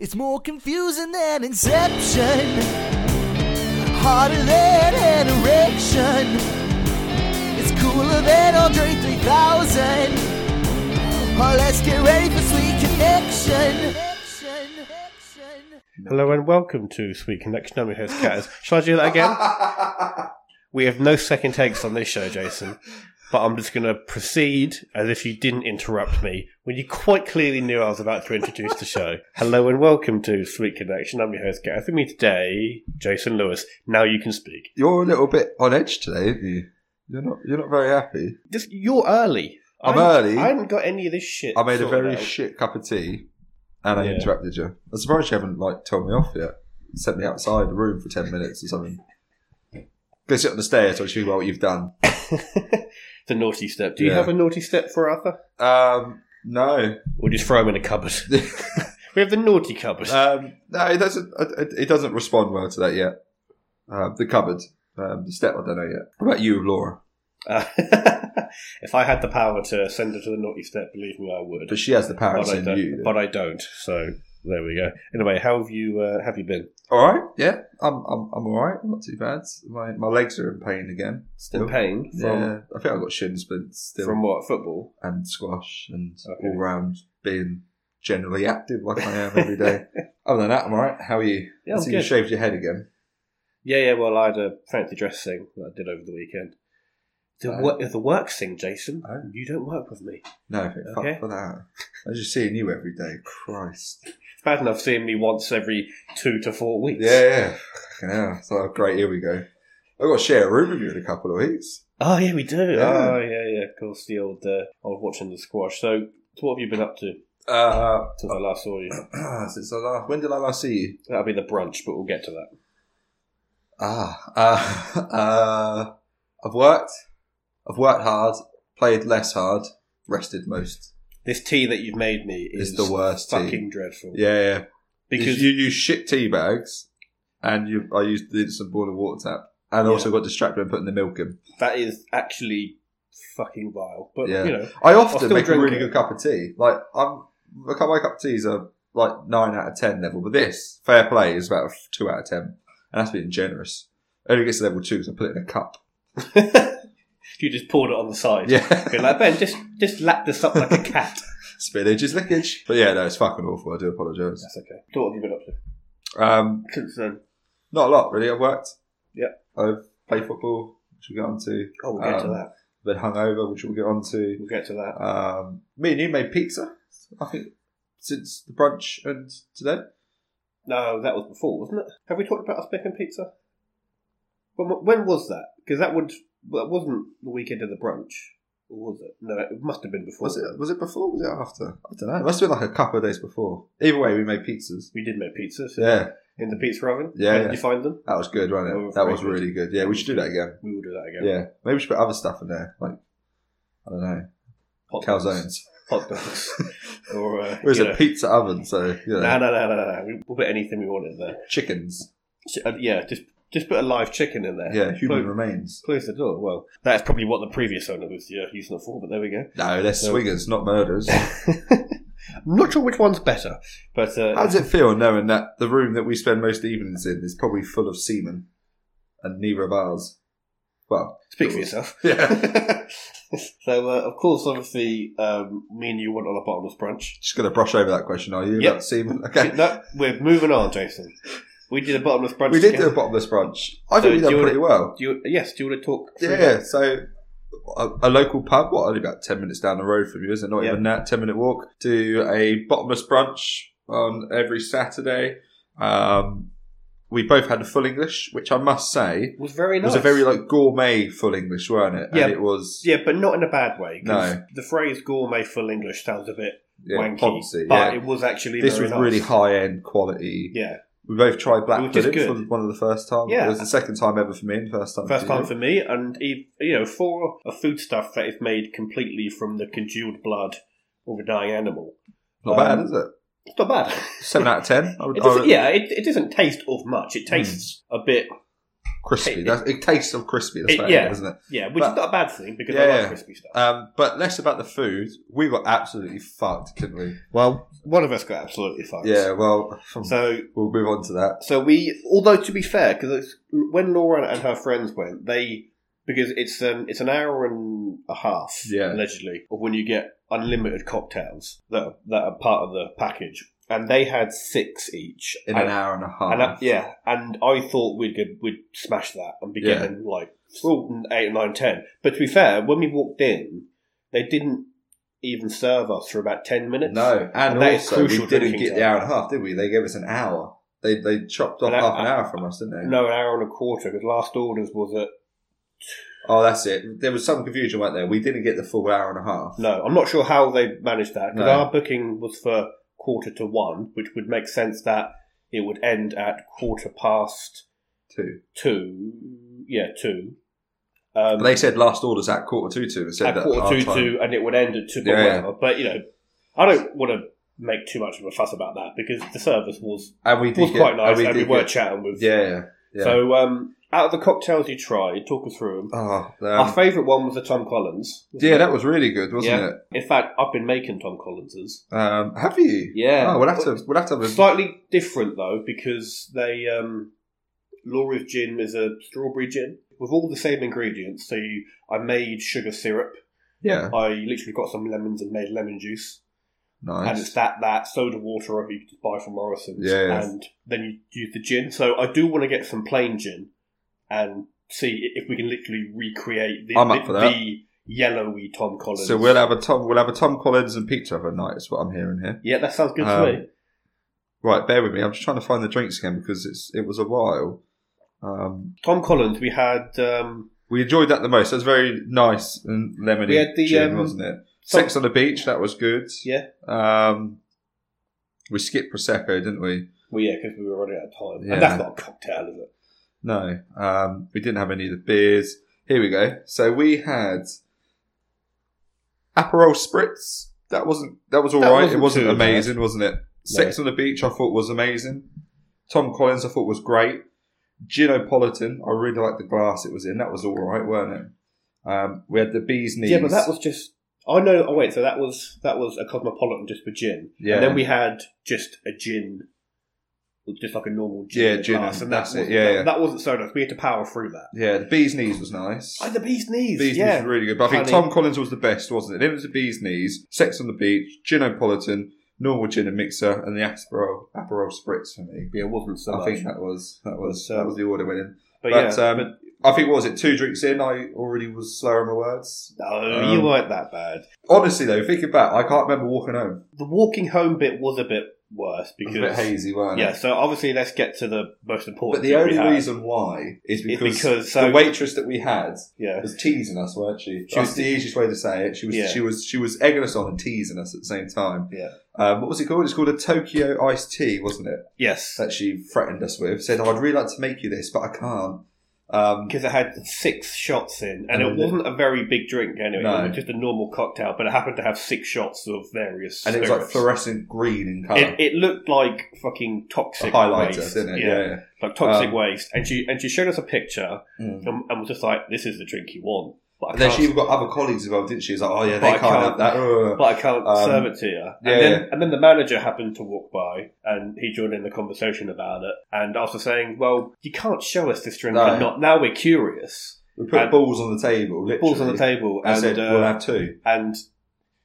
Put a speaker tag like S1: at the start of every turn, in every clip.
S1: It's more confusing than inception, harder than an erection. It's cooler than Andre 3000. Oh, let's get ready for sweet connection.
S2: Hello and welcome to Sweet Connection. I'm your host, Catters. Shall I do that again? we have no second takes on this show, Jason. But I'm just going to proceed as if you didn't interrupt me when you quite clearly knew I was about to introduce the show. Hello and welcome to Sweet Connection. I'm your host, Gath. With me today, Jason Lewis. Now you can speak.
S3: You're a little bit on edge today, aren't you? You're not. You're not very happy.
S2: Just, you're early.
S3: I'm
S2: I-
S3: early.
S2: I haven't got any of this shit.
S3: I made a
S2: sorted
S3: very
S2: out.
S3: shit cup of tea, and I
S2: Yeah.
S3: interrupted you. I'm surprised you haven't like told me off yet. Sent me outside the room for ten minutes or something. Go sit on the stairs. I'll show you what you've done.
S2: the naughty step. Do you
S3: Yeah.
S2: have a naughty step for Arthur?
S3: Um, no,
S2: Or just throw him in a cupboard? we have the naughty cupboard.
S3: um, no, it doesn't. It, it doesn't respond well to that yet. Um, the cupboard, um, the step. I don't know yet. What about you, Laura?
S2: Uh, if I had the power to send her to the naughty step, believe me, I would.
S3: But she has the power to
S2: But I,
S3: send you.
S2: don't, but I don't. So there we go. Anyway, how have you? Uh, have you been?
S3: all right. Yeah, I'm. I'm. I'm all right. I'm not too bad. My my legs are in pain again. Still.
S2: In pain from
S3: Yeah, I think I got shin splints still,
S2: from what football?
S3: and squash, and
S2: Okay.
S3: all round being generally active like I am every day. Other than that, I'm alright. How are you?
S2: Yeah,
S3: I
S2: I'm
S3: see you
S2: good.
S3: shaved your head again.
S2: Yeah, yeah. Well, I had a fancy dress thing that I did over the weekend. The,
S3: Oh.
S2: wor- the work thing, Jason.
S3: Oh.
S2: You don't work with me.
S3: No, I think
S2: Okay.
S3: fuck for that. I was just seeing you every day. Christ.
S2: It's bad enough seeing me once every two to four weeks.
S3: Yeah, yeah. Fucking hell. So great. Here we go. I got to share a room with you in a couple of weeks.
S2: Oh yeah, we do.
S3: Yeah.
S2: Oh yeah, yeah. Of course, the old uh, old watching the squash. So, what have you been up to
S3: Uh,
S2: since I last saw you?
S3: since I last, when did I last see you?
S2: That'll be the brunch, but we'll get to that.
S3: Ah, uh, uh, I've worked. I've worked hard. Played less hard. Rested most.
S2: This tea that you've made me is
S3: It's the worst tea.
S2: fucking dreadful.
S3: Yeah, yeah.
S2: because
S3: you use shit tea bags, and you I used the instant boiling water tap, and
S2: Yeah.
S3: also got distracted when putting the milk in.
S2: that is actually fucking vile. But
S3: Yeah.
S2: you know,
S3: I
S2: I'll
S3: often
S2: still
S3: make a
S2: drink
S3: really
S2: it.
S3: good cup of tea. Like I'm, my cup, my cup of teas are like nine out of ten level, but this fair play is about a two out of ten, and that's being generous. It only gets to level two because I put it in a cup.
S2: you just poured it on the side.
S3: Yeah,
S2: Be like Ben, just just lap this up like a cat.
S3: spillage is lickage. But yeah, no, it's fucking awful. I do apologise.
S2: That's okay. So what have you been up to
S3: Um,
S2: since then?
S3: not a lot really. I've worked.
S2: Yeah.
S3: I've played football, which we'll get on to.
S2: Oh, we'll get to
S3: Um,
S2: that.
S3: Been hungover, which we'll get on to.
S2: We'll get to that.
S3: Um, me and you made pizza, I think, since the brunch and today.
S2: No, that was before, wasn't it? Have we talked about us making pizza? When, when was that? Because that would that wasn't the weekend of the brunch, or was it? No, it must have been before.
S3: Was it? Was it before? or Was it after? I don't know. It must have been like a couple of days before. Either way, we made pizzas.
S2: We did make pizzas yeah.
S3: Yeah,
S2: in the pizza oven.
S3: Yeah,
S2: Where
S3: yeah.
S2: did you find them?
S3: that was good, wasn't
S2: They were
S3: it? That
S2: very
S3: was
S2: good.
S3: really good. Yeah, we should do that again.
S2: We will do that again.
S3: Yeah, maybe we should put other stuff in there, like I don't know,
S2: Hot dogs.
S3: calzones.
S2: hot dogs, or uh,
S3: It was
S2: you
S3: a
S2: know,
S3: pizza oven, so you know,
S2: no, no, no, no, no, no. We'll put anything we want in there.
S3: chickens.
S2: Ch- uh, yeah, just just put a live chicken in there.
S3: Yeah, human
S2: Close,
S3: remains.
S2: close the door. Well, that's probably what the previous owner was yeah, using it for. But there we go.
S3: No, they're swingers, not murders.
S2: I'm not sure which one's better, but uh,
S3: How does it feel knowing that the room that we spend most evenings in is probably full of semen, and neither of ours? Well,
S2: speak for yourself.
S3: Yeah.
S2: so, uh, of course, obviously, um, me and you went on a bottomless brunch.
S3: Just going to brush over that question, are you?
S2: Yep.
S3: About semen? Okay.
S2: No, we're moving on, Jason. We did a bottomless brunch.
S3: we did do
S2: together.
S3: a bottomless brunch. I
S2: So
S3: think we
S2: do
S3: done
S2: you
S3: pretty well.
S2: Do you, yes, do you want to talk? through
S3: Yeah,
S2: that?
S3: so a, a local pub, what, only about 10 minutes down the road from you, is it? Not
S2: Yeah.
S3: even that, 10 minute walk. Do a bottomless brunch on every Saturday. Um, we both had a full English, which I must say
S2: It was very nice.
S3: was a very like gourmet full English, weren't it?
S2: Yeah.
S3: And it was
S2: Yeah, but not in a bad way. 'cause
S3: No.
S2: The phrase gourmet full English sounds a bit
S3: yeah,
S2: wanky.
S3: poncy,
S2: but
S3: yeah.
S2: it was actually
S3: This
S2: very
S3: was
S2: nice.
S3: really high end quality.
S2: Yeah.
S3: We both tried
S2: It
S3: black
S2: was just
S3: pudding for
S2: good.
S3: one of the first time.
S2: Yeah.
S3: It was the second time ever for me and first time
S2: First
S3: you.
S2: time for me, and e- you know, for a foodstuff that is made completely from the congealed blood of a dying animal, Um,
S3: Not bad, is it?
S2: it's not bad.
S3: Seven out of ten. I would,
S2: It
S3: I
S2: doesn't,
S3: would- Hmm.
S2: yeah, it, it doesn't taste of much. It tastes a bit
S3: crispy.
S2: It-
S3: That's, it tastes of crispy. That's
S2: It-
S3: better,
S2: yeah.
S3: isn't it?
S2: Yeah, which
S3: But-
S2: is not a bad thing because
S3: Yeah,
S2: I like
S3: yeah.
S2: crispy stuff.
S3: Um, but less about the food. We got absolutely fucked, didn't we?
S2: Well, one of us got absolutely fucked.
S3: Yeah. Well,
S2: So
S3: we'll move on to that.
S2: So we, although to be fair, because when Laura and her friends went, they because it's um it's an hour and a half,
S3: Yeah.
S2: allegedly, of when you get unlimited cocktails that are, that are part of the package, and they had six each
S3: In
S2: and,
S3: an hour and a half.
S2: and I- yeah, and I thought we'd go, we'd smash that and be
S3: Yeah.
S2: getting like well, eight, nine, ten. But to be fair, when we walked in, they didn't even serve us for about ten minutes.
S3: No, and,
S2: And that is
S3: also we
S2: crucial
S3: didn't
S2: drinking
S3: get the
S2: time.
S3: hour and a half, did we? They gave us an hour. They they chopped off
S2: And I-
S3: half an
S2: I-
S3: hour from us, didn't they?
S2: No, an hour and a quarter because last orders was at
S3: Oh, that's it. There was some confusion, weren't there? We didn't get the full hour and a half.
S2: No, I'm not sure how they managed that because
S3: No.
S2: our booking was for quarter to one, which would make sense that it would end at quarter past
S3: two.
S2: two. Yeah, two. Um,
S3: But they said last orders at quarter to two. It said
S2: at
S3: that
S2: quarter
S3: our
S2: to
S3: time.
S2: two, and it would end at two.
S3: Yeah,
S2: Yeah,
S3: yeah.
S2: whatever. But you know, I don't want to make too much of a fuss about that because the service was
S3: and we did
S2: was
S3: get,
S2: quite nice, and we,
S3: did
S2: were
S3: get-
S2: chatting with.
S3: yeah, yeah, yeah.
S2: So, um, out of the cocktails you tried, talk us through them.
S3: oh, um,
S2: Our favourite one was the Tom Collins. wasn't
S3: yeah,
S2: it?
S3: that was really good, wasn't
S2: Yeah. In fact, I've been making Tom Collinses.
S3: it? Um, have you?
S2: Yeah.
S3: Oh, we'll have to. We'll have to have a.
S2: Slightly different though, because they um, Laura's gin is a strawberry gin with all the same ingredients. So you, I made sugar syrup.
S3: yeah.
S2: I literally got some lemons and made lemon juice, and it's
S3: Nice.
S2: that that soda water you could buy from Morrison's,
S3: Yeah.
S2: and then you use the gin. So I do want to get some plain gin and see i- if we can literally recreate the
S3: I'm up
S2: the,
S3: for that.
S2: the yellowy Tom Collins.
S3: So we'll have a Tom. We'll have a Tom Collins and pizza other night. Is what I'm hearing here.
S2: yeah, that sounds good
S3: Um,
S2: to me.
S3: Right, bear with me. I'm just trying to find the drinks again because it's it was a while. Um,
S2: Tom Collins, we had. Um,
S3: we enjoyed that the most. That was very nice and lemony
S2: We had the,
S3: gin,
S2: um,
S3: wasn't it?
S2: Tom-
S3: Sex on the beach, that was good.
S2: Yeah.
S3: Um, we skipped prosecco, didn't we?
S2: Well, yeah, because we were running out of time,
S3: Yeah.
S2: and that's not a cocktail, is it?
S3: No, um, we didn't have any of the beers. Here we go. So we had Aperol spritz. That wasn't that was all
S2: That
S3: right.
S2: wasn't
S3: it wasn't
S2: too bad.
S3: amazing, wasn't it? Sex on the beach, I thought was amazing. Tom Collins, I thought was great. Ginopolitan, I really liked the glass it was in. That was all right, weren't it? Um, we had the bees knees.
S2: Yeah, but that was just. Oh no! Oh wait, so that was that was a cosmopolitan just for gin.
S3: Yeah.
S2: And then we had just a gin, just like a normal gin.
S3: Yeah,
S2: in the
S3: gin
S2: glass,
S3: and
S2: and
S3: that's
S2: that
S3: it,
S2: wasn't-
S3: yeah,
S2: that,
S3: yeah.
S2: that wasn't so nice. We had to power through that.
S3: yeah, the bees knees was nice.
S2: Oh, the bee's knees.
S3: Bees knees
S2: yeah.
S3: was really good, but I think
S2: Honey.
S3: Tom Collins was the best, wasn't it? Then it was the bees knees, sex on the beach, ginopolitan, normal gin and mixer, and the Aperol Aperol spritz for me.
S2: yeah, it wasn't so
S3: I
S2: much.
S3: think that was that was
S2: But, um,
S3: that was the order went in.
S2: but,
S3: But,
S2: yeah,
S3: um, I think what was it? Two drinks in, I already was slurring my words.
S2: no,
S3: um,
S2: you weren't that bad.
S3: Honestly, though, thinking back, I can't remember walking home.
S2: The walking home bit was a bit worse
S3: It
S2: because
S3: was a bit hazy, weren't
S2: yeah.
S3: it?
S2: So obviously, let's get to the most
S3: But
S2: important.
S3: the
S2: thing we
S3: only
S2: had.
S3: reason why is because,
S2: because, so-
S3: the waitress that we had
S2: yeah,
S3: was teasing us, weren't she?
S2: She
S3: That's
S2: was-
S3: the easiest way to say it. She was
S2: Yeah.
S3: she was she was egging us on and teasing us at the same time.
S2: Yeah.
S3: Um, what was it called? It's called a Tokyo iced tea, wasn't it?
S2: yes,
S3: That she threatened us with. Said, oh, "I'd really like to make you this, but I can't." Um,
S2: because it had six shots in, and
S3: And
S2: it
S3: then-
S2: wasn't a very big drink anyway.
S3: No.
S2: It was just a normal cocktail, but it happened to have six shots of various.
S3: and it was like
S2: spirits.
S3: fluorescent green in colour.
S2: It, it looked like fucking
S3: A
S2: toxic
S3: highlighter,
S2: waste,
S3: didn't it? Yeah. yeah.
S2: like toxic
S3: Um,
S2: waste. And she and she showed us a picture
S3: Mm.
S2: and, and was just like, "This is the drink you want." But I
S3: And then
S2: can't,
S3: she got other colleagues involved, didn't she? She was like, "Oh
S2: But
S3: yeah, they
S2: I
S3: can't, have
S2: can't-
S3: that." Ugh.
S2: but I can't
S3: um,
S2: serve it to you. And,
S3: yeah,
S2: then,
S3: yeah.
S2: and then the manager happened to walk by, and he joined in the conversation about it. And after saying, "Well, you can't show us this drink,"
S3: No.
S2: and not now we're curious.
S3: we put
S2: and-
S3: balls on the table, literally.
S2: Balls on the table,
S3: And,
S2: and,
S3: said,
S2: uh,
S3: "We'll have two.
S2: And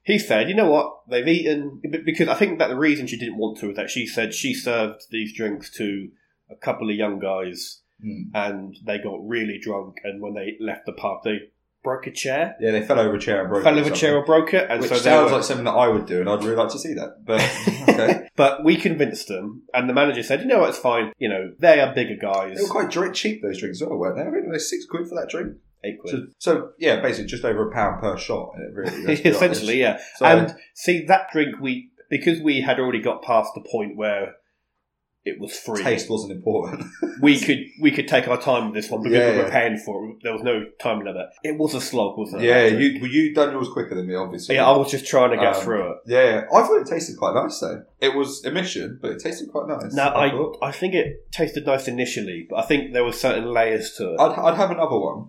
S2: he said, you know what? They've eaten. b- Because I think that the reason she didn't want to was that she said she served these drinks to a couple of young guys
S3: Mm.
S2: and they got really drunk. And when they left the pub, they broke a chair,
S3: Yeah, they fell over a chair and broke.
S2: fell
S3: it or
S2: over a
S3: something.
S2: chair or broke it. And
S3: Which
S2: so they
S3: sounds
S2: were-
S3: like something that I would do, and I'd really like to see that. But okay.
S2: But we convinced them. And the manager said, you know what? It's fine. You know, they are bigger
S3: they
S2: guys.
S3: were quite dr- cheap those drinks, as well, weren't they? I think they were six quid for that drink.
S2: Eight quid.
S3: So, so yeah, basically just over a pound per shot. eh, Really, let's be honest.
S2: Essentially, yeah.
S3: So,
S2: and see that drink we because we had already got past the point where it was free.
S3: Taste wasn't important.
S2: We could we could take our time with this one because
S3: Yeah,
S2: we were
S3: yeah.
S2: paying for it. There was no time limit. It was a slog, wasn't it?
S3: yeah, you well, you done yours quicker than me, obviously.
S2: Yeah, I was just trying to get
S3: Um,
S2: through it.
S3: Yeah, I thought it tasted quite nice though. It was a mission, but it tasted quite nice.
S2: Now I
S3: thought.
S2: I think it tasted nice initially, but I think there were certain layers to it.
S3: I'd, I'd have another one.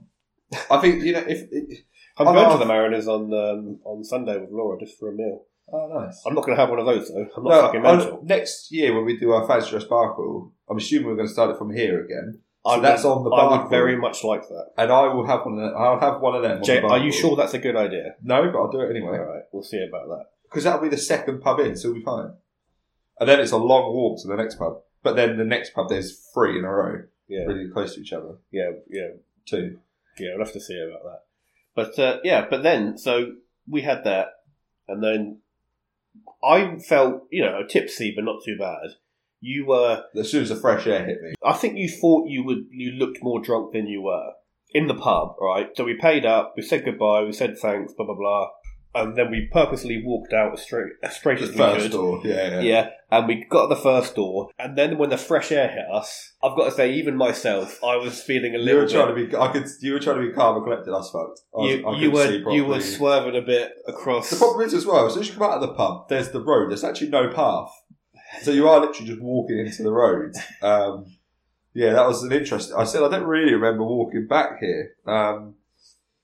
S3: I think you know if. It,
S2: I'm
S3: I'd
S2: going to
S3: rather-
S2: the Mariners on um, on Sunday with Laura just for a meal.
S3: oh, nice.
S2: I'm not going to have one of those though. I'm not
S3: No,
S2: fucking
S3: I'll-
S2: mental.
S3: next year when we do our fancy dress sparkle, I'm assuming we're going to start it from here again, so
S2: I would-
S3: that's on the
S2: I
S3: bar
S2: would very much like that.
S3: and I will have one. Of them, I'll have one of them. on
S2: Jay,
S3: the
S2: are you
S3: barcode.
S2: sure that's a good idea?
S3: No, but I'll do it
S2: All
S3: anyway
S2: right, we'll see about that.
S3: because that'll be the second pub in, so we'll be fine. And then it's a long walk to the next pub, but then the next pub there's three in a row,
S2: Yeah,
S3: really close to each other.
S2: yeah, yeah,
S3: Two.
S2: yeah. We'll have to see about that. But uh, yeah, but then so we had that, and then I felt you know tipsy, but not too bad. You were.
S3: As soon as the fresh air hit me,
S2: I think you thought you would. You looked more drunk than you were in the pub, right? So we paid up. We said goodbye. We said thanks. Blah blah blah. And then we purposely walked out as straight as straight
S3: the
S2: as we
S3: first
S2: could.
S3: door. Yeah, yeah.
S2: Yeah, and we got the first door, and then when the fresh air hit us, I've got to say, even myself, I was feeling a
S3: You
S2: little.
S3: were trying
S2: bit,
S3: to be. I could. You were trying to be calm and collected. I was fucked. I was,
S2: you,
S3: I
S2: you
S3: couldn't see
S2: were you were
S3: properly.
S2: swerving a bit across.
S3: The problem is as well, as soon as you come out of the pub, there's the road. There's actually no path, so you are literally just walking into the road. Um, yeah, that was an interesting. I said I don't really remember walking back here, um,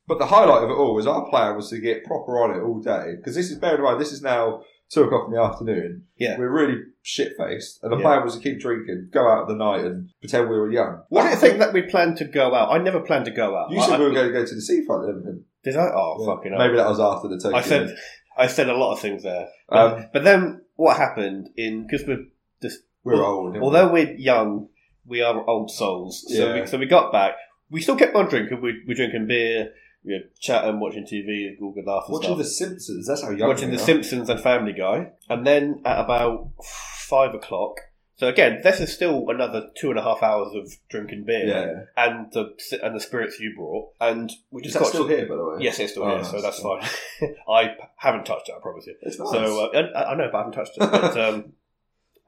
S3: but the highlight of it all was our plan was to get proper on it all day because this is bear in mind this is now two o'clock in the afternoon.
S2: Yeah.
S3: we're really shit faced, and the
S2: Yeah.
S3: plan was to keep drinking, go out at the night, and pretend we were young.
S2: I didn't think that we planned to go out. I never planned to go out.
S3: You
S2: I-
S3: said
S2: I-
S3: we were going to go to the seafront, didn't we?
S2: did I? Oh, fucking. hell.
S3: Maybe that was after the Tokyo.
S2: I said, I said a lot of things there.
S3: um,
S2: Um, but then what happened in because we're
S3: we're old. aren't we?
S2: although we're young, we are old souls. So
S3: Yeah.
S2: we, so we got back. We still kept on drinking. We we're drinking beer. We were chatting, watching TV, all good laugh and
S3: watching The
S2: stuff.
S3: Simpsons, that's how young
S2: watching
S3: we
S2: The
S3: are.
S2: Simpsons and Family Guy, and then at about five o'clock. So again, this is still another two and a half hours of drinking beer
S3: Yeah,
S2: and the and the spirits you brought, and we
S3: is
S2: just
S3: that
S2: got
S3: still
S2: to,
S3: here by the way?
S2: Yes, it's still
S3: Oh,
S2: here,
S3: nice.
S2: so that's fine. I haven't touched it. I promise you.
S3: it's nice.
S2: So uh, I, I know, but I haven't touched it. But, um,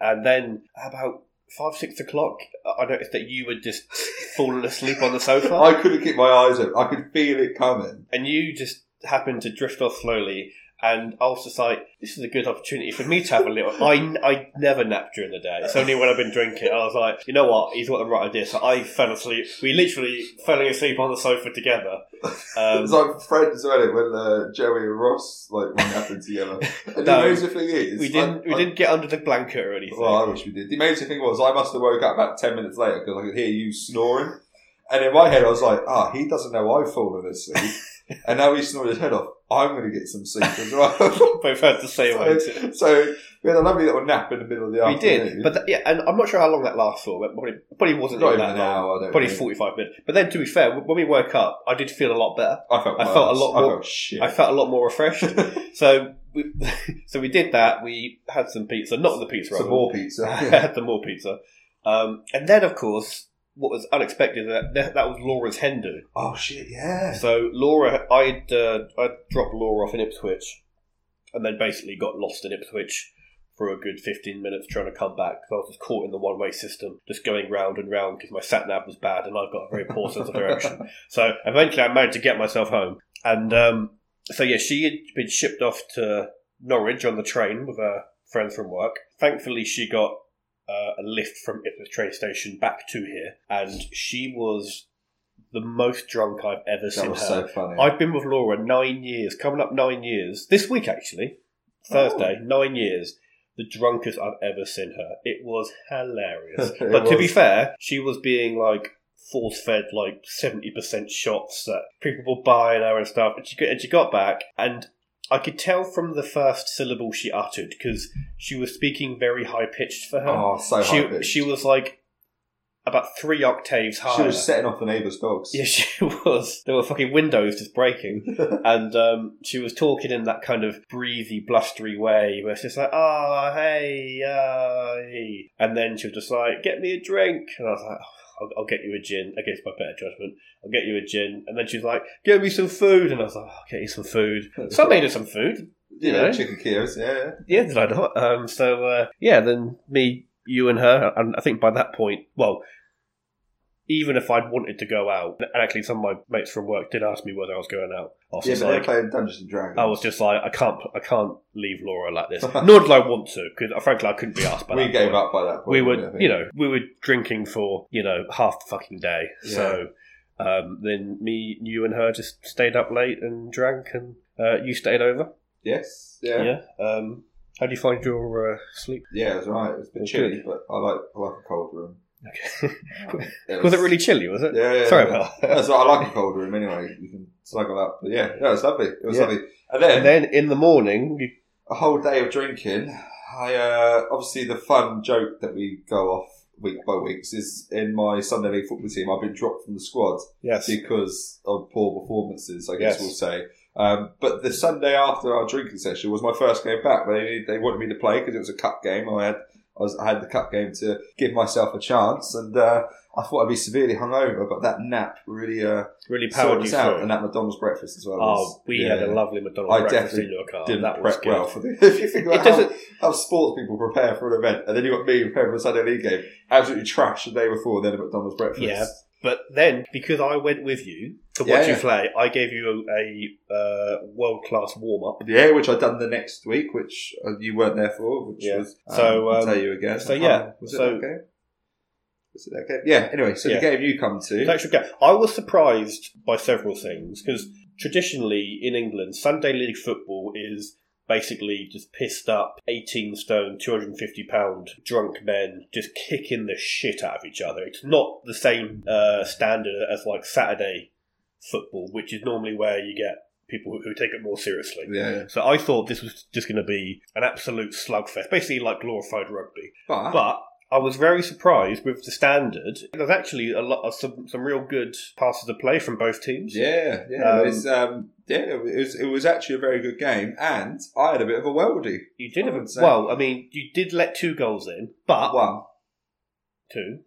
S2: and then about five, six o'clock, I noticed that you had just fallen asleep on the sofa,
S3: I couldn't keep my eyes open. I could feel it coming.
S2: and you just happened to drift off slowly. And I was just like, "This is a good opportunity for me to have a little." I, I never nap during the day. It's only when I've been drinking. I was like, "You know what? He's got the right idea." So I fell asleep. We literally fell asleep on the sofa together. Um,
S3: It's like Friends, wasn't it? When uh, Joey and Ross like run up and together. And the
S2: No,
S3: amazing thing is,
S2: we didn't.
S3: I-
S2: we
S3: I-
S2: didn't get under the blanket or anything.
S3: Well, I wish we did. The amazing thing was, I must have woke up about ten minutes later because I could hear you snoring, and in my head I was like, "Ah, he doesn't know I've fallen asleep." And now he's snored his head off. I'm going to get some sleep as well.
S2: Both had the same way.
S3: so we had a lovely little nap in the middle of the
S2: We
S3: afternoon.
S2: did, but th- yeah, and I'm not sure how long that lasts for. But probably, probably wasn't
S3: not
S2: all
S3: even
S2: that
S3: an
S2: long.
S3: hour. I don't
S2: Probably
S3: think.
S2: 45 minutes. But then, to be fair, when we woke up, I did feel a lot better.
S3: I felt,
S2: I
S3: worse.
S2: felt a lot
S3: I
S2: more-
S3: felt shit.
S2: I felt a lot more refreshed. so, we, so we did that. We had some pizza, not the pizza.
S3: Some
S2: oven.
S3: more pizza.
S2: I had the more pizza, um, and then of course, what was unexpected that that, that was Laura's hen do.
S3: Oh shit! Yeah.
S2: So Laura, I'd uh, I'd dropped Laura off in Ipswich, and then basically got lost in Ipswich for a good fifteen minutes trying to come back. 'cause I was just caught in the one way system, just going round and round because my sat nav was bad, and I've got a very poor sense of direction. So eventually, I managed to get myself home, and um, so yeah, she had been shipped off to Norwich on the train with her friends from work. Thankfully, she got. Uh, a lift from Ipswich train station back to here, and she was the most drunk I've ever
S3: That
S2: seen her.
S3: was so funny.
S2: I've been with Laura nine years, coming up nine years. This week, actually, Thursday,
S3: Oh.
S2: nine years. The drunkest I've ever seen her. It was hilarious.
S3: It
S2: but to be
S3: was.
S2: fair, she was being like force fed like 70% shots that people were buying her and stuff. And she, got, and she got back, and I could tell from the first syllable she uttered because she was speaking very high pitched for her.
S3: oh, so
S2: she,
S3: high-pitched.
S2: she was like about three octaves higher.
S3: She was setting off the neighbour's dogs.
S2: Yeah, she was. There were fucking windows just breaking. and um, she was talking in that kind of breathy, blustery way where she's like, ah, hey, ah, hey. And then she was just like, get me a drink. And I was like, "Oh, I'll, I'll get you a gin against my better judgment. I'll get you a gin. And then she's like, get me some food. And I was like, "Oh, I'll get you some food. So I made her some food.
S3: you
S2: know.
S3: know, chicken Kios, yeah.
S2: Yeah, did I not? Um, so, uh, yeah, then me you and her. And I think by that point, well, even if I'd wanted to go out, and actually some of my mates from work did ask me whether I was going out. I was
S3: Yeah,
S2: just
S3: but they're
S2: like,
S3: playing Dungeons and Dragons.
S2: I was just like, I can't, I can't leave Laura like this. Nor did I want to, because frankly, I couldn't be asked. By
S3: we
S2: that
S3: gave
S2: point.
S3: up by that point.
S2: We
S3: I
S2: were,
S3: think.
S2: you know, we were drinking for you know half the fucking day. So um, then me, you, and her just stayed up late and drank, and uh, you stayed over.
S3: Yes. Yeah. Yeah,
S2: Yeah. Um, how do you find your uh, sleep?
S3: it was right. It was a bit
S2: It's
S3: chilly, but I like I like a cold room.
S2: Okay.
S3: It
S2: was it really chilly? Was it?
S3: Yeah, yeah.
S2: Sorry
S3: yeah.
S2: about that.
S3: That's what I like a cold room anyway. You can snuggle up. But yeah, yeah, it was lovely. It was
S2: Yeah.
S3: lovely. And then,
S2: And then in the morning, you,
S3: a whole day of drinking. I uh, obviously the fun joke that we go off week by weeks is in my Sunday league football team. I've been dropped from the squad
S2: yes,
S3: because of poor performances. I guess
S2: Yes.
S3: we'll say. Um, but the Sunday after our drinking session was my first game back. They they wanted me to play because it was a cup game. I had I, was, I had the cup game to give myself a chance, and uh, I thought I'd be severely hungover. But that nap really uh,
S2: really powered
S3: sorted
S2: you
S3: us
S2: through.
S3: out, and that McDonald's breakfast as well. was-
S2: oh, we had a
S3: yeah.
S2: lovely McDonald's
S3: I
S2: breakfast in
S3: definitely
S2: your car.
S3: Didn't
S2: Oh, that was
S3: prep
S2: good.
S3: well for the, if you
S2: It
S3: think about how
S2: doesn't.
S3: how sports people prepare for an event, and then you got me preparing for a Sunday league game, absolutely trash the day before, and then a McDonald's breakfast.
S2: Yeah. But then, because I went with you to watch
S3: Yeah,
S2: you
S3: yeah.
S2: play, I gave you a, uh, world class warm up.
S3: yeah, which I done the next week, which uh, you weren't there for, which
S2: Yeah.
S3: was um,
S2: So,
S3: I'll
S2: um,
S3: tell you again.
S2: so
S3: I can't
S2: yeah,
S3: remember. was it
S2: so-
S3: that game? Was it that game? Yeah. Anyway, so
S2: Yeah.
S3: the game you come to,
S2: Actually, okay, I was surprised by several things because traditionally in England, Sunday league football is basically just pissed up, 18 stone, 250 pound drunk men just kicking the shit out of each other. It's not the same uh, standard as like Saturday football, which is normally where you get people who- who take it more seriously.
S3: yeah,
S2: So I thought this was just going to be an absolute slugfest, basically like glorified rugby.
S3: but,
S2: But I was very surprised with the standard. There's actually a lot of some, some real good passes of play from both teams.
S3: yeah, yeah,
S2: Um,
S3: it's, um, yeah, it was it was actually a very good game, and I had a bit of a worldie.
S2: You did
S3: I
S2: have a,
S3: would say-
S2: well. I mean, you did let two goals in, but
S3: One.
S2: two.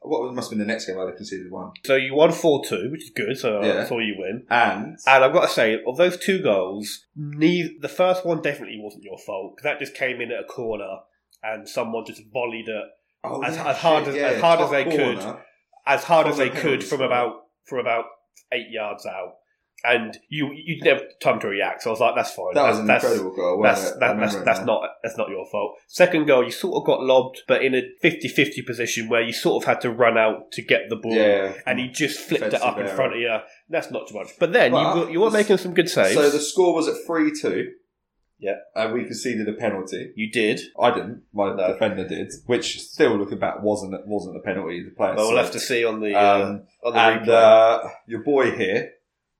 S3: What was- must have been the next game? I'd have conceded one,
S2: So you won four two, which is good. So
S3: Yeah.
S2: that's all you win.
S3: and
S2: And I've got to say, of those two goals, neither, the first one definitely wasn't your fault. 'cause That just came in at a corner, and someone just volleyed it
S3: Oh,
S2: As-
S3: yeah,
S2: as hard as-
S3: shit, yeah,
S2: as hard as
S3: top
S2: they could.
S3: corner.
S2: as hard
S3: From
S2: as they
S3: the
S2: could
S3: penalty
S2: from
S3: spot.
S2: about from about eight yards out, and you you didn't have time to react. So I was like, that's fine.
S3: That was
S2: That's-
S3: an
S2: that's,
S3: incredible goal. wasn't
S2: That's
S3: it? I
S2: that,
S3: remember
S2: that's
S3: it
S2: that's
S3: now.
S2: not that's not your fault. Second goal, you sort of got lobbed, but in a 50-50 position where you sort of had to run out to get the ball,
S3: Yeah,
S2: and he just flipped it
S3: Defensive
S2: up in
S3: error.
S2: front of you. That's not too much. But then
S3: But-
S2: you were, you were making some good saves.
S3: So the score was at three two.
S2: Yeah.
S3: and we conceded a penalty.
S2: you did.
S3: I didn't. My
S2: No.
S3: defender did, which still looking back wasn't wasn't a penalty. The player.
S2: But we'll have
S3: saved.
S2: to see on the uh,
S3: Um,
S2: on the
S3: and
S2: replay.
S3: uh, your boy here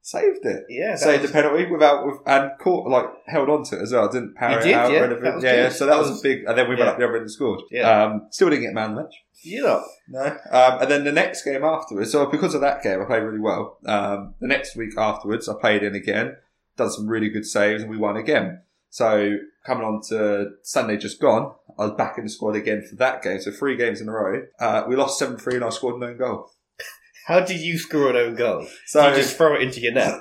S3: saved it.
S2: yeah, that
S3: Saved
S2: was-
S3: the penalty without with, and caught like held on to it as well. Didn't
S2: You
S3: power
S2: did,
S3: it out. or
S2: yeah.
S3: anything.
S2: That was
S3: yeah,
S2: good.
S3: yeah. So that,
S2: That
S3: was,
S2: was-
S3: big. And then we went
S2: yeah.
S3: up the other end and scored.
S2: Yeah.
S3: Um, still didn't get man of the match.
S2: you know,
S3: No. Um, and then the next game afterwards, so because of that game, I played really well. Um, the next week afterwards, I played in again, done some really good saves, and we won again. So coming on to Sunday just gone, I was back in the squad again for that game. So three games in a row. Uh, we lost 7 3 and I scored an own goal.
S2: how did you score an own goal?
S3: So oh,
S2: you just throw it into your net.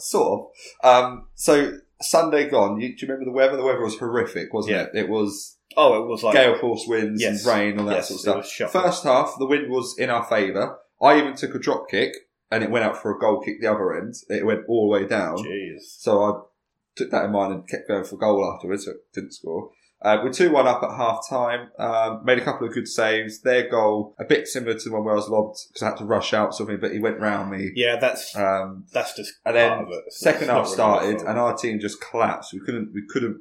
S3: sort of. Um, so Sunday gone, you, do you remember the weather? The weather was horrific, wasn't
S2: Yeah.
S3: it? It was
S2: Oh, it was like
S3: gale force winds
S2: Yes.
S3: and rain, all that
S2: yes,
S3: sort of stuff.
S2: It was shocking.
S3: First half, the wind was in our favour. I even took a drop kick and it went out for a goal kick the other end. It went all the way down.
S2: Jeez.
S3: So I took that in mind and kept going for goal afterwards, so it didn't score. Uh, we're 2 1 up at half time. Um, made a couple of good saves. Their goal, a bit similar to the one where I was lobbed because I had to rush out something, but he went round me.
S2: Yeah, that's
S3: Um,
S2: that's just
S3: and then
S2: part of it. It's
S3: second
S2: not
S3: half
S2: really
S3: started,
S2: your fault.
S3: and our team just collapsed. We couldn't we couldn't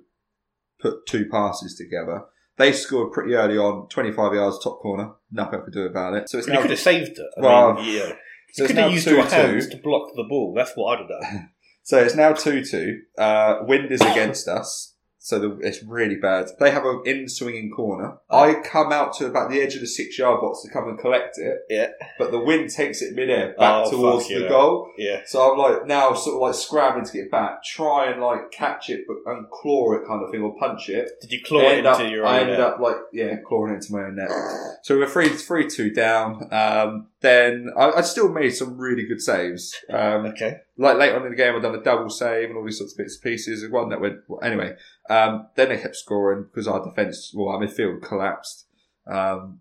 S3: put two passes together. They scored pretty early on, twenty five yards, top corner. Nothing I could do about it. So it's
S2: I mean, you
S3: now
S2: could have saved it. I
S3: Well,
S2: mean, yeah.
S3: so
S2: you
S3: it's
S2: could have
S3: now
S2: used
S3: two
S2: your hands
S3: two.
S2: to block the ball. That's what I'd have done.
S3: So it's now two two. Uh, wind is against us. So the, it's really bad. They have an in swinging corner. I come out to about the edge of the six yard box to come and collect it.
S2: Yeah.
S3: But the wind takes it mid air back
S2: Oh,
S3: towards
S2: fuck,
S3: the
S2: yeah.
S3: goal.
S2: Yeah.
S3: So I'm like now sort of like scrambling to get back, try and like catch it but and claw it kind of thing or punch it.
S2: Did you claw
S3: I
S2: it
S3: end
S2: into
S3: up,
S2: your
S3: I
S2: own
S3: ended
S2: net?
S3: up like yeah, clawing into my own net. So we were three three two down. Um, then I, I still made some really good saves. Um,
S2: Okay.
S3: like later on in the game, I'd done a double save and all these sorts of bits and pieces. And one that went well, anyway. Um, then they kept scoring because our defense, well, our midfield collapsed. Um,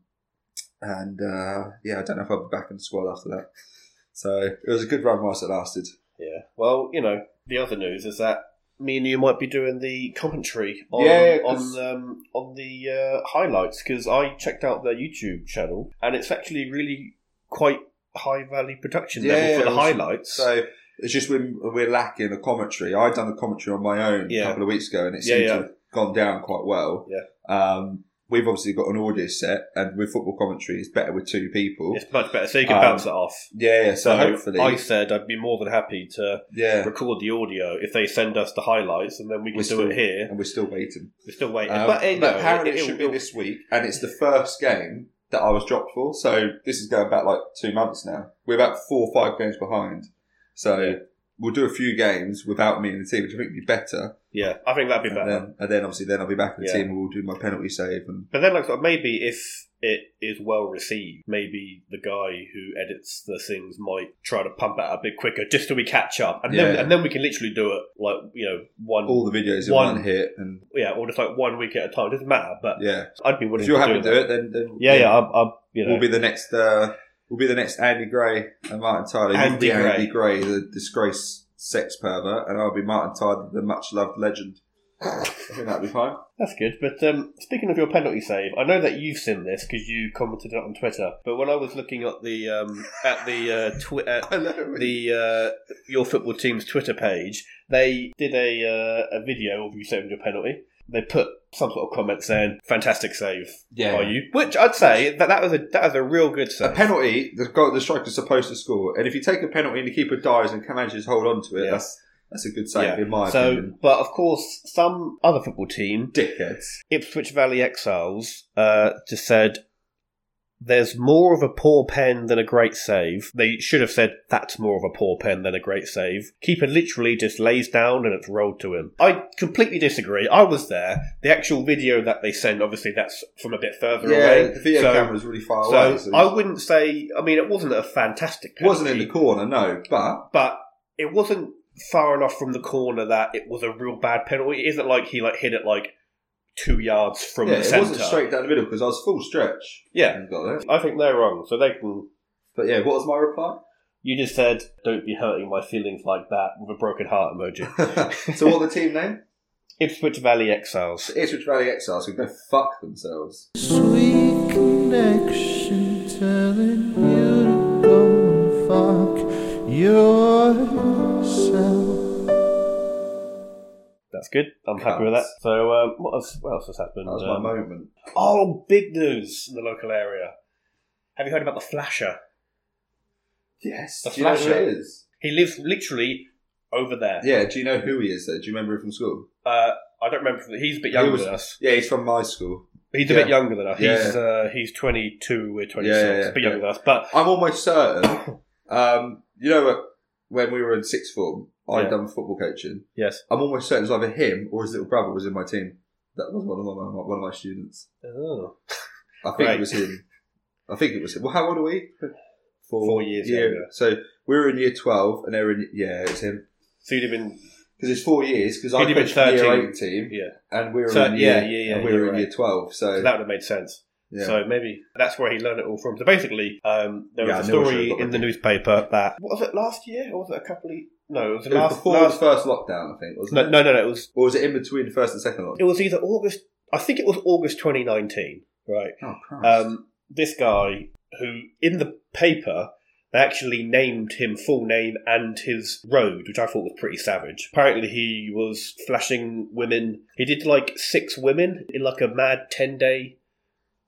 S3: and uh, yeah, I don't know if I'll be back in the squad after that. So it was a good run whilst it lasted.
S2: Yeah. Well, you know, the other news is that me and you might be doing the commentary on
S3: Yeah, 'cause-
S2: on um, on the uh, highlights because I checked out their YouTube channel and it's actually really quite high value production
S3: Yeah,
S2: level for the
S3: it was-
S2: highlights.
S3: So it's just when we're lacking a commentary. I'd done the commentary on my own a
S2: Yeah.
S3: couple of weeks ago, and it
S2: Yeah,
S3: seemed
S2: yeah.
S3: to have gone down quite well.
S2: Yeah.
S3: Um, we've obviously got an audio set, and with football commentary, it's better with two people.
S2: it's much better, so you can
S3: Um,
S2: bounce it off.
S3: Yeah, yeah, so, hopefully,
S2: I said I'd be more than happy to
S3: yeah,
S2: record the audio if they send us the highlights, and then we can
S3: We're
S2: do
S3: still-
S2: it here.
S3: and we're still waiting.
S2: We're still waiting,
S3: Um,
S2: but,
S3: but
S2: eh, no,
S3: apparently,
S2: it,
S3: it, should be
S2: will-
S3: this week, and it's the first game that I was dropped for. So this is going back like two months now. We're about four or five games behind. So
S2: Yeah.
S3: we'll do a few games without me in the team, which I think would be better.
S2: Yeah, I think that'd be better.
S3: And then, and then obviously, then I'll be back in the
S2: Yeah.
S3: team and we'll do my penalty save. And
S2: But then, like, sort of maybe if it is well received, maybe the guy who edits the things might try to pump it out a bit quicker, just so we catch up, and then
S3: Yeah.
S2: and then we can literally do it like you know one,
S3: all the videos in
S2: One.
S3: one, hit. And
S2: yeah, or just like one week at a time. It doesn't matter, but
S3: yeah,
S2: I'd be willing.
S3: if you're
S2: to
S3: happy to
S2: do
S3: do
S2: that.
S3: it, then, then
S2: Yeah, yeah, I'm, I'm you know,
S3: we'll be the next. Uh, we'll be the next Andy Gray and Martin Tyler. You'll
S2: Andy
S3: be Andy Gray, the disgraced sex pervert, and I'll be Martin Tyler, the much loved legend. I think that'd be fine.
S2: that's good. But um, speaking of your penalty save, I know that you've seen this because you commented it on Twitter. But when I was looking at the um, at the uh, twi- at
S3: I know.
S2: the uh, your football team's Twitter page, they did a uh, a video of you saving your penalty. They put some sort of comment saying "fantastic save by
S3: yeah.
S2: you," which I'd say that that was a that was a real good
S3: A
S2: save.
S3: penalty, the goal, the striker's supposed to score, and if you take a penalty and the keeper dies and can manages to hold on to it,
S2: Yeah.
S3: that's that's a good save
S2: Yeah.
S3: in my
S2: so,
S3: opinion.
S2: but of course, some other football team,
S3: Dickheads.
S2: Ipswich Valley Exiles, uh, just said. There's more of a poor pen than a great save. They should have said that's more of a poor pen than a great save. Keeper literally just lays down and it's rolled to him. I completely disagree. I was there. The actual video that they sent, obviously, that's from a bit further
S3: Yeah,
S2: away.
S3: the video
S2: so,
S3: camera's really far
S2: so
S3: away. So
S2: I wouldn't say. I mean, it wasn't a fantastic.
S3: It wasn't in
S2: penalty
S3: the corner, no, but
S2: but it wasn't far enough from the corner that it was a real bad penalty. It isn't like he like hit it like two yards from
S3: yeah,
S2: the
S3: it
S2: centre.
S3: wasn't straight down the middle because I was full stretch.
S2: Yeah,
S3: And got there.
S2: I think they're wrong. So they can.
S3: But yeah, what was my reply?
S2: You just said, "Don't be hurting my feelings like that" with a broken heart emoji.
S3: so what the team name?
S2: Ipswich Valley Exiles.
S3: Ipswich Valley Exiles can go fuck themselves.
S1: Sweet connection telling you to go and fuck yourself.
S2: That's good. I'm happy with that. So, um, what else? What else has happened?
S3: That was
S2: Um,
S3: my moment.
S2: oh, big news in the local area. Have you heard about the flasher?
S3: Yes.
S2: the
S3: do you know who
S2: flasher.
S3: it is?
S2: He lives literally over there.
S3: Yeah, do you know who he is though? Do you remember him from school?
S2: Uh, I don't remember. He's a bit younger
S3: He was-
S2: than us.
S3: Yeah, he's from my school.
S2: He's a
S3: Yeah.
S2: bit younger than us.
S3: Yeah.
S2: He's uh, he's 22, we're 26,
S3: Yeah, yeah, yeah.
S2: a bit younger than us. But
S3: I'm almost certain. um, you know what? When we were in sixth form, I'd
S2: Yeah.
S3: done football coaching.
S2: yes,
S3: I'm almost certain it was either him or his little brother was in my team. That was one of my one of my students.
S2: oh.
S3: I think
S2: Right.
S3: it was him. I think it was him. Well, how old are we? Four,
S2: Four years
S3: Yeah.
S2: younger.
S3: So we were in year 12 and they were in, yeah, it's him.
S2: so he'd have been
S3: Because it's four years, because
S2: He'd
S3: I
S2: have been
S3: coached the year
S2: 13.
S3: 8 team
S2: yeah.
S3: and we were
S2: So,
S3: in year,
S2: yeah, yeah, yeah,
S3: and we were
S2: you're
S3: in year 12. So,
S2: So that would have made sense.
S3: yeah.
S2: So maybe that's where he learned it all from. So basically, um, there was
S3: Yeah,
S2: a
S3: I knew I
S2: story
S3: should've got
S2: in
S3: my
S2: the
S3: team.
S2: newspaper that what was it last year or was it a couple of no? It was,
S3: it
S2: the
S3: was
S2: last,
S3: before
S2: last-
S3: the first lockdown, I think, wasn't
S2: no,
S3: it?
S2: no, no, no. It was
S3: Or was it in between the first and second lockdown?
S2: it was either August. I think it was August 2019, right?
S3: Oh, Christ.
S2: um, this guy who in the paper they actually named him full name and his road which i thought was pretty savage apparently he was flashing women he did like six women in like a mad 10 day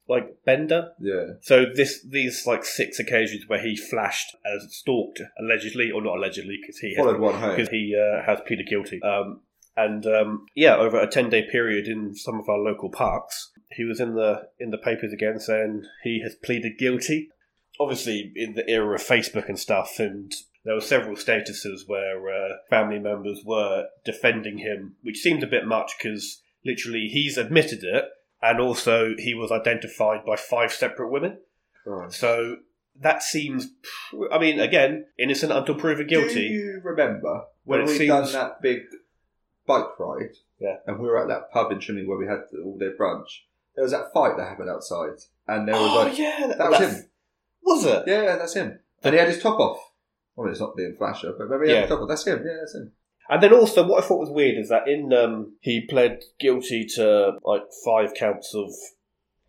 S2: like bender
S3: yeah.
S2: so this these like six occasions where he flashed as stalked allegedly or not allegedly because he has
S3: Followed one home.
S2: because he uh, has pleaded guilty. Um, and um, yeah, over a ten day period in some of our local parks, he was in the in the papers again saying he has pleaded guilty. Obviously, in the era of Facebook and stuff, and there were several statuses where uh, family members were defending him, which seemed a bit much because literally he's admitted it, and also he was identified by five separate women.
S3: Christ.
S2: So that seems. Pr- I mean, again, innocent until proven guilty.
S3: Do you remember
S2: Well,
S3: when
S2: it
S3: we
S2: seems-
S3: done that big bike ride?
S2: Yeah.
S3: And we were at that pub in Trimley where we had the all day brunch. There was that fight that happened outside, and there was
S2: oh
S3: like
S2: yeah,
S3: that was him.
S2: Was it?
S3: Yeah, that's him. And he had his top off. Well, it's not being flasher, but remember he had
S2: Yeah.
S3: his top off. That's him. Yeah, that's him.
S2: And then also, what I thought was weird is that in um, he pled guilty to like five counts of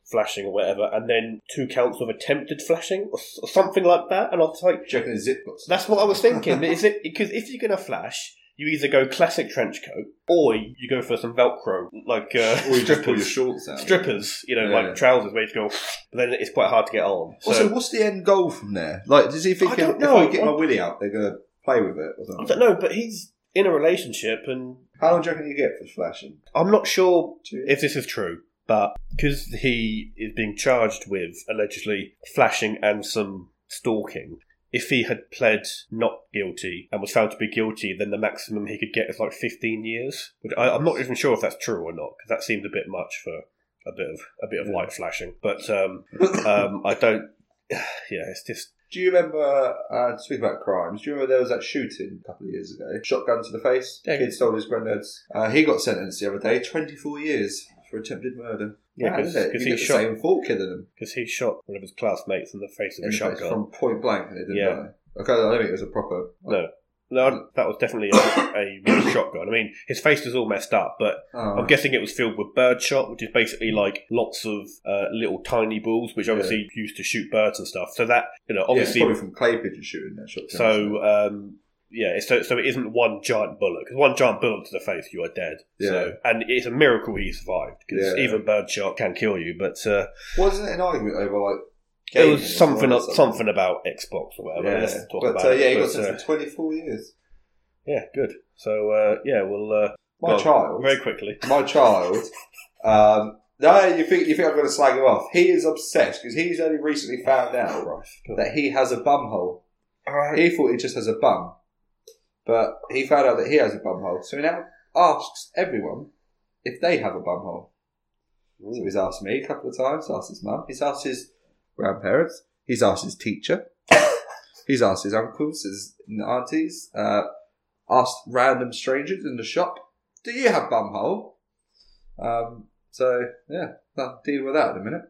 S2: flashing or whatever, and then two counts of attempted flashing or, s- or something like that. And I was like,
S3: Do you reckon his zip got stuck?
S2: that's what I was thinking. is it because if you're gonna flash, you either go classic trench coat or you go for some Velcro like uh,
S3: Or you just pull your
S2: strippers.
S3: shorts out.
S2: Strippers, you know,
S3: Yeah.
S2: like trousers, where you go, but then it's quite hard to get on. So,
S3: also, what's the end goal from there? Like, does he think
S2: I don't
S3: if
S2: know.
S3: I get my willy out, they're going to play with it or
S2: I
S3: something?
S2: don't know, but he's in a relationship, and
S3: How long do you reckon you get for flashing?
S2: I'm not sure
S3: Two years?
S2: if this is true, but because he is being charged with allegedly flashing and some stalking, if he had pled not guilty and was found to be guilty, then the maximum he could get is like 15 years. But I, I'm not even sure if that's true or not, because that seemed a bit much for a bit of a bit of light flashing. But um, um, I don't. Yeah, it's just
S3: Do you remember, uh, speak about crimes, do you remember there was that shooting a couple of years ago? Shotgun to the face?
S2: Yeah.
S3: Kid stole his granddad's. Uh, he got sentenced the other day, 24 years for attempted murder.
S2: Yeah,
S3: Mad,
S2: 'cause-
S3: isn't it?
S2: 'cause he
S3: You get the
S2: shot-
S3: same thought killing him
S2: because he shot one of his classmates in the face of
S3: in
S2: a
S3: the face
S2: shotgun.
S3: from point blank and it didn't
S2: Yeah.
S3: die. Okay, I don't think it was a proper.
S2: No. No, that was definitely a, a shotgun. I mean, his face was all messed up, but
S3: Oh.
S2: I'm guessing it was filled with bird shot, which is basically like lots of uh, little tiny balls, which obviously used to shoot birds and stuff. So that you know,
S3: Yeah, it's
S2: obviously,
S3: probably from clay pigeon shooting that shotgun. isn't
S2: so
S3: it?
S2: um, yeah, it's- so so it isn't one giant bullet because one giant bullet to the face, you are dead. So and it's a miracle he survived because
S3: Yeah.
S2: even bird shot can kill you. But uh,
S3: wasn't it an argument over like
S2: it
S3: gaming
S2: was
S3: as
S2: something
S3: well or
S2: something about Xbox or whatever.
S3: Yeah.
S2: Let's talk
S3: but
S2: about
S3: uh,
S2: it.
S3: yeah, he got
S2: But, uh,
S3: sentenced for 24 years.
S2: yeah, good. So uh, yeah, we'll uh,
S3: My
S2: Well,
S3: child,
S2: very quickly.
S3: my child. Um, no, you think you think I'm going to slag him off? He is obsessed because he's only recently found out that he has a bum hole. He thought he just has a bum, but he found out that he has a bum hole. So he now asks everyone if they have a bum hole. So he's asked me a couple of times, asked his mum, he's asked his grandparents, he's asked his teacher, he's asked his uncles, his aunties, uh, asked random strangers in the shop, do you have bumhole? Um, so, yeah, I'll deal with that in a minute.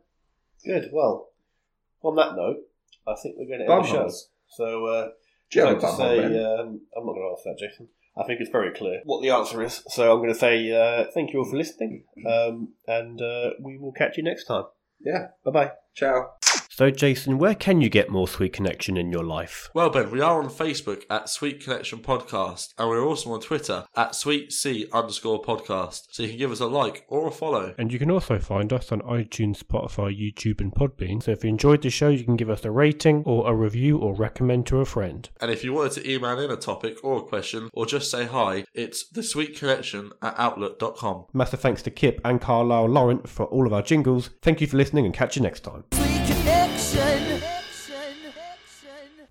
S2: Good. Well, on that note, I think we're going to end the show.
S3: Bumholes.
S2: So, uh,
S3: Do you
S2: I'd
S3: have
S2: like
S3: a
S2: to
S3: bumhole, Ben?
S2: say, um, I'm not going to answer that, Jason. I think it's very clear what the answer is. So I'm going to say uh, thank you all for listening, um, and uh, we will catch you next time.
S3: Yeah.
S2: Bye bye.
S3: Ciao.
S2: So, Jason, where can you get more Sweet Connection in your life?
S4: Well, Ben, we are on Facebook at Sweet Connection Podcast, and we're also on Twitter at Sweet C underscore podcast. So you can give us a like or a follow.
S5: And you can also find us on iTunes, Spotify, YouTube, and Podbean. So if you enjoyed the show, you can give us a rating or a review or recommend to a friend.
S4: And if you wanted to email in a topic or a question or just say hi, it's the Sweet Connection at outlook.com.
S5: Massive thanks to Kip and Carlisle Laurent for all of our jingles. Thank you for listening and catch you next time.